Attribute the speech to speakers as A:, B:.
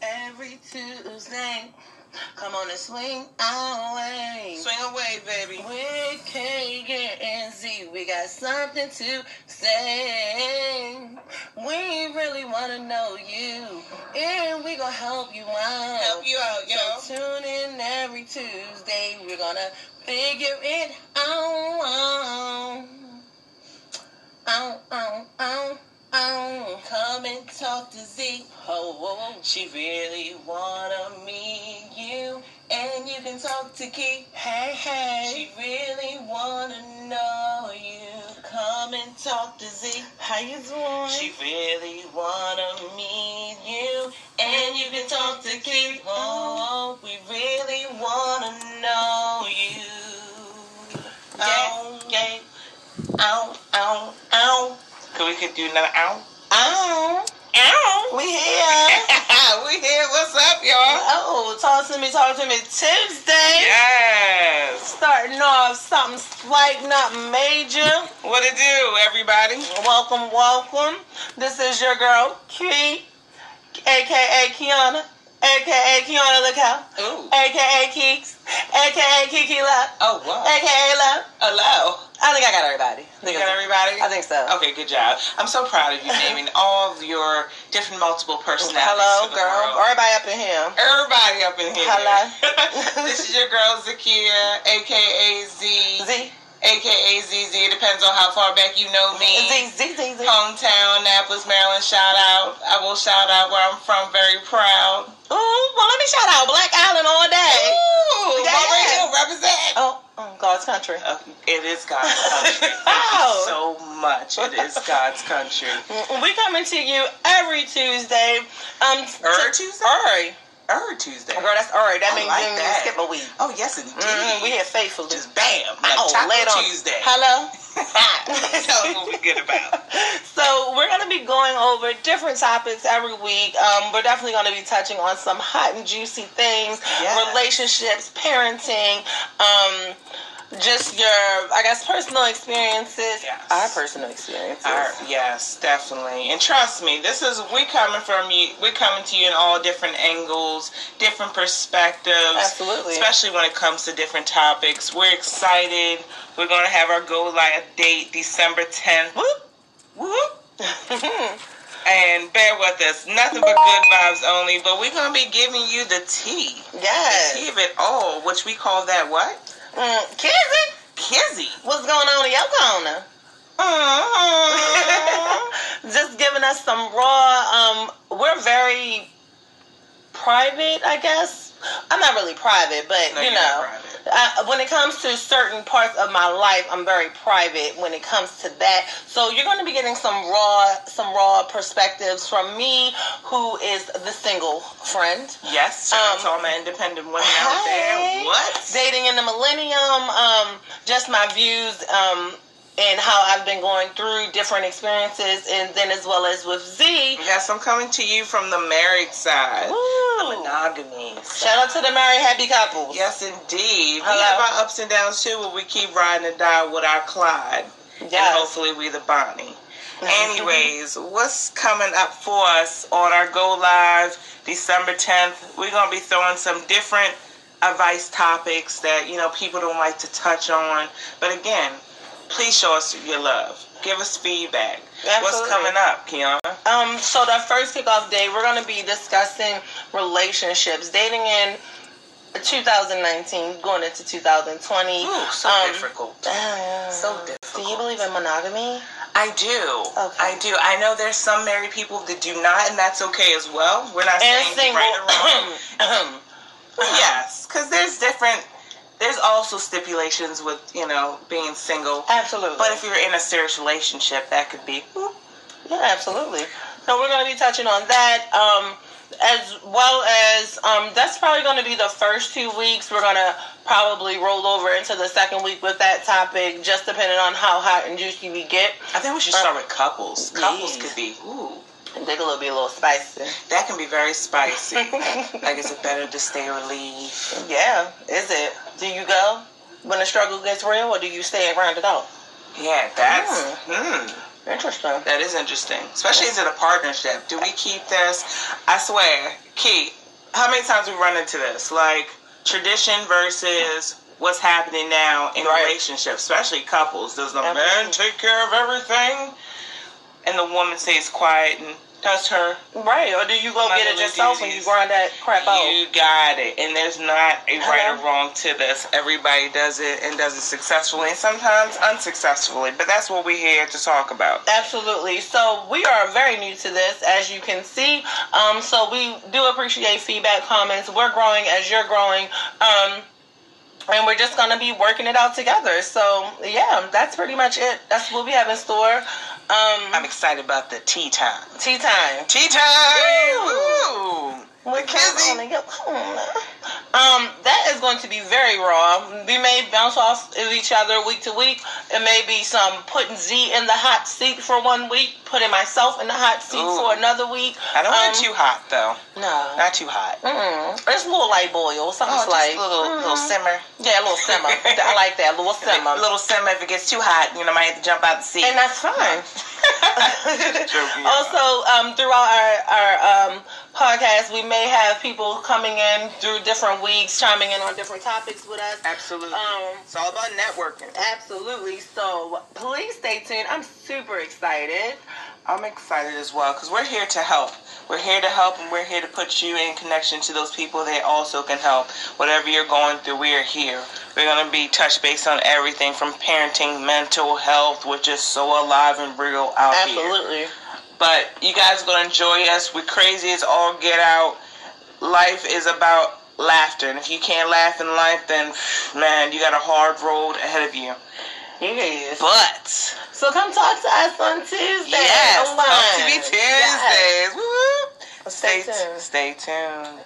A: every Tuesday. Come on and swing away.
B: Swing away, baby.
A: With K and Z, we got something to say. We really want to know you, and we gonna help you out.
B: Help you out, yo.
A: So tune in every Tuesday. We're gonna figure it out. Ow, ow, ow, ow. Come and talk to Z. Oh, oh, oh. she really wanna meet you. And you can talk to Key. Hey, hey. She really wanna know you. Come and talk to Z.
C: How you doing?
A: She really wanna meet you. And you can talk to Key. Oh, oh, we really wanna know you.
B: Yeah.
A: Ow, yeah. Oh, Ow, ow, ow.
B: Cause we could do another ow.
A: Ow.
B: Ow.
A: oh. We here.
B: we here. What's up, y'all?
A: Oh, talk to me, talk to me. Tuesday.
B: Yes.
A: Starting off something slight, not major.
B: What it do, everybody?
A: Welcome, welcome. This is your girl, Key, aka Kiana, aka Kiana Lacau,
B: Ooh.
A: aka Keeks, aka Kiki Love,
B: Oh, wow.
A: aka Love.
B: Hello.
A: I think I got everybody. I
B: You
A: think,
B: got
A: I-
B: everybody?
A: I think so.
B: Okay, good job. I'm so proud of you naming all of your different multiple personalities.
A: Hello,
B: for the
A: girl.
B: world.
A: Everybody up in here.
B: Everybody up in here.
A: Hello.
B: this is your girl Zakia, aka Z,
A: Z,
B: aka ZZ. It depends on how far back you know me.
A: Z, Z, Z, Z.
B: Hometown, Annapolis, Maryland. Shout out. I will shout out where I'm from. Very proud.
A: Ooh, well, let me shout out Black Island all day.
B: Ooh,
A: Yes.
B: Marbury Hill represent.
A: Oh, oh, God's country.
B: Uh, It is God's country. Thank you
A: Oh.
B: so much. It is God's country.
A: Mm, We coming to you every Tuesday. Um, t-
B: Er
A: t-
B: Tuesday?
A: Uri.
B: Er Tuesday.
A: Girl, that's Uri. That
B: I
A: means
B: like
A: you
B: that.
A: skip a week.
B: Oh yes, indeed.
A: Mm, we here faithfully.
B: just bam, like
A: Oh,
B: Taco
A: late on.
B: Tuesday.
A: Hello.
B: Tell us what we good about.
A: So we're gonna be going over different topics every week. Um, we're definitely gonna be touching on some hot and juicy things,
B: Yes.
A: relationships, parenting, um, just your, I guess, personal experiences.
B: Yes.
A: Our personal experiences.
B: All right, Er, yes, definitely. And trust me, this is we coming from you. We're coming to you in all different angles, different perspectives.
A: Absolutely.
B: Especially when it comes to different topics. We're excited. We're gonna have our go live date December tenth. Whoop whoop.
A: Mm-hmm.
B: And bear with us. Nothing but good vibes only. But we're gonna be giving you the tea,
A: yes.
B: tea of it all, which we call that what?
A: Mm, Kizzy,
B: Kizzy.
A: what's going on in your corner?
B: Aww.
A: Just giving us some raw. Um, we're very private, I guess. I'm not really private, but
B: No,
A: you
B: you're not
A: know,
B: private.
A: I, when it comes to certain parts of my life, I'm very private. When it comes to that, so you're going to be getting some raw, some raw perspectives from me, who is the single friend.
B: Yes, shout out
A: Um,
B: to all my independent women out there.
A: hey.
B: What?
A: dating in the millennium, um, just my views um, and how I've been going through different experiences, and then as well as with Z.
B: Yes, I'm coming to you from the married side.
A: Woo.
B: Monogamy.
A: Shout out to the married happy couples.
B: Yes, indeed.
A: Hello.
B: We have our ups and downs too, where we keep riding and die with our Clyde. And
A: Yes.
B: hopefully we the Bonnie. Anyways, what's coming up for us on our Go Live December 10th? We're going to be throwing some different advice topics that, you know, people don't like to touch on. But again, please show us your love. Give us feedback.
A: Absolutely.
B: What's coming up, Kiana?
A: Um, so the first kickoff day, we're going to be discussing relationships, dating in 2019, going into 2020.
B: Ooh, so
A: Um,
B: difficult.
A: uh,
B: So
A: Do you
B: difficult.
A: believe in monogamy?
B: I do.
A: Okay.
B: I do. I know there's some married people that do not, and that's okay as well. We're not
A: And
B: saying
A: single.
B: right or wrong. yes, because there's different. There's also stipulations with you know being single,
A: Absolutely.
B: but if you're in a serious relationship, that could be. whoop.
A: Yeah, absolutely. So we're going to be touching on that, um, as well as um, that's probably going to be the first two weeks. We're going to probably roll over into the second week with that topic, just depending on how hot and juicy we get.
B: I think we should start with couples. Couples
A: Yeah.
B: could be. Ooh,
A: And dig a little bit, a little spicy.
B: that can be very spicy. like, is it better to stay or leave?
A: Yeah, is it? Do you go when the struggle gets real, or do you stay and round it out?
B: Yeah, that's. hmm.
A: Interesting.
B: That is interesting. Especially is it a partnership? Do we keep this? I swear, Key, how many times we run into this? Like tradition versus what's happening now in
C: Right.
B: relationships, especially couples. Does the man
A: Absolutely.
B: take care of everything? And the woman stays quiet and does her.
A: Right, or do you go get it
B: Motherly
A: yourself when you
B: duties.
A: grind that crap out?
B: You got it. And there's not a
A: Hello?
B: right or wrong to this. Everybody does it and does it successfully and sometimes unsuccessfully. But that's what we're here to talk about.
A: Absolutely. So we are very new to this, as you can see. Um, so we do appreciate feedback, comments. We're growing as you're growing. Um, and we're just gonna be working it out together. So yeah, that's pretty much it. That's what we have in store. Um,
B: I'm excited about the tea time.
A: tea time.
B: Tea time!
A: Woo!
B: Ooh.
A: We're
B: Mackenzie.
A: gonna go home. Um, that is going to be very raw. We may bounce off of each other week to week. It may be some putting Z in the hot seat for one week, putting myself in the hot seat
B: Ooh.
A: for another week.
B: I don't
A: Um,
B: want it too hot though.
A: No.
B: Not too hot.
A: Mm-mm. It's a little light boil. Something
B: Oh,
A: like
B: just a little little
A: Mhm.
B: simmer.
A: Yeah, a little simmer. I like that. A little simmer.
B: A little simmer. If it gets too hot, you know, I might have to jump out the seat.
A: and that's fine.
B: Joking.
A: also, um, throughout our our um, podcast, we may have people coming in through different weeks, chiming in on different topics with us.
B: Absolutely.
A: Um,
B: it's all about networking.
A: absolutely. So please stay tuned. I'm super excited.
B: I'm excited as well because we're here to help. We're here to help and we're here to put you in connection to those people that also can help. Whatever you're going through, we are here. We're going to be touch base on everything from parenting, mental health, which is so alive and real out here.
A: Absolutely.
B: But you guys are gonna enjoy us. We're crazy as all get out. Life is about laughter, and if you can't laugh in life, then man, you got a hard road ahead of you.
A: Yes.
B: But
A: So come talk to us on Tuesday.
B: yes,
A: online.
B: Come to be Tuesdays.
A: Yes.
B: Woo!
A: Stay
B: Stay,
A: tuned.
B: stay tuned.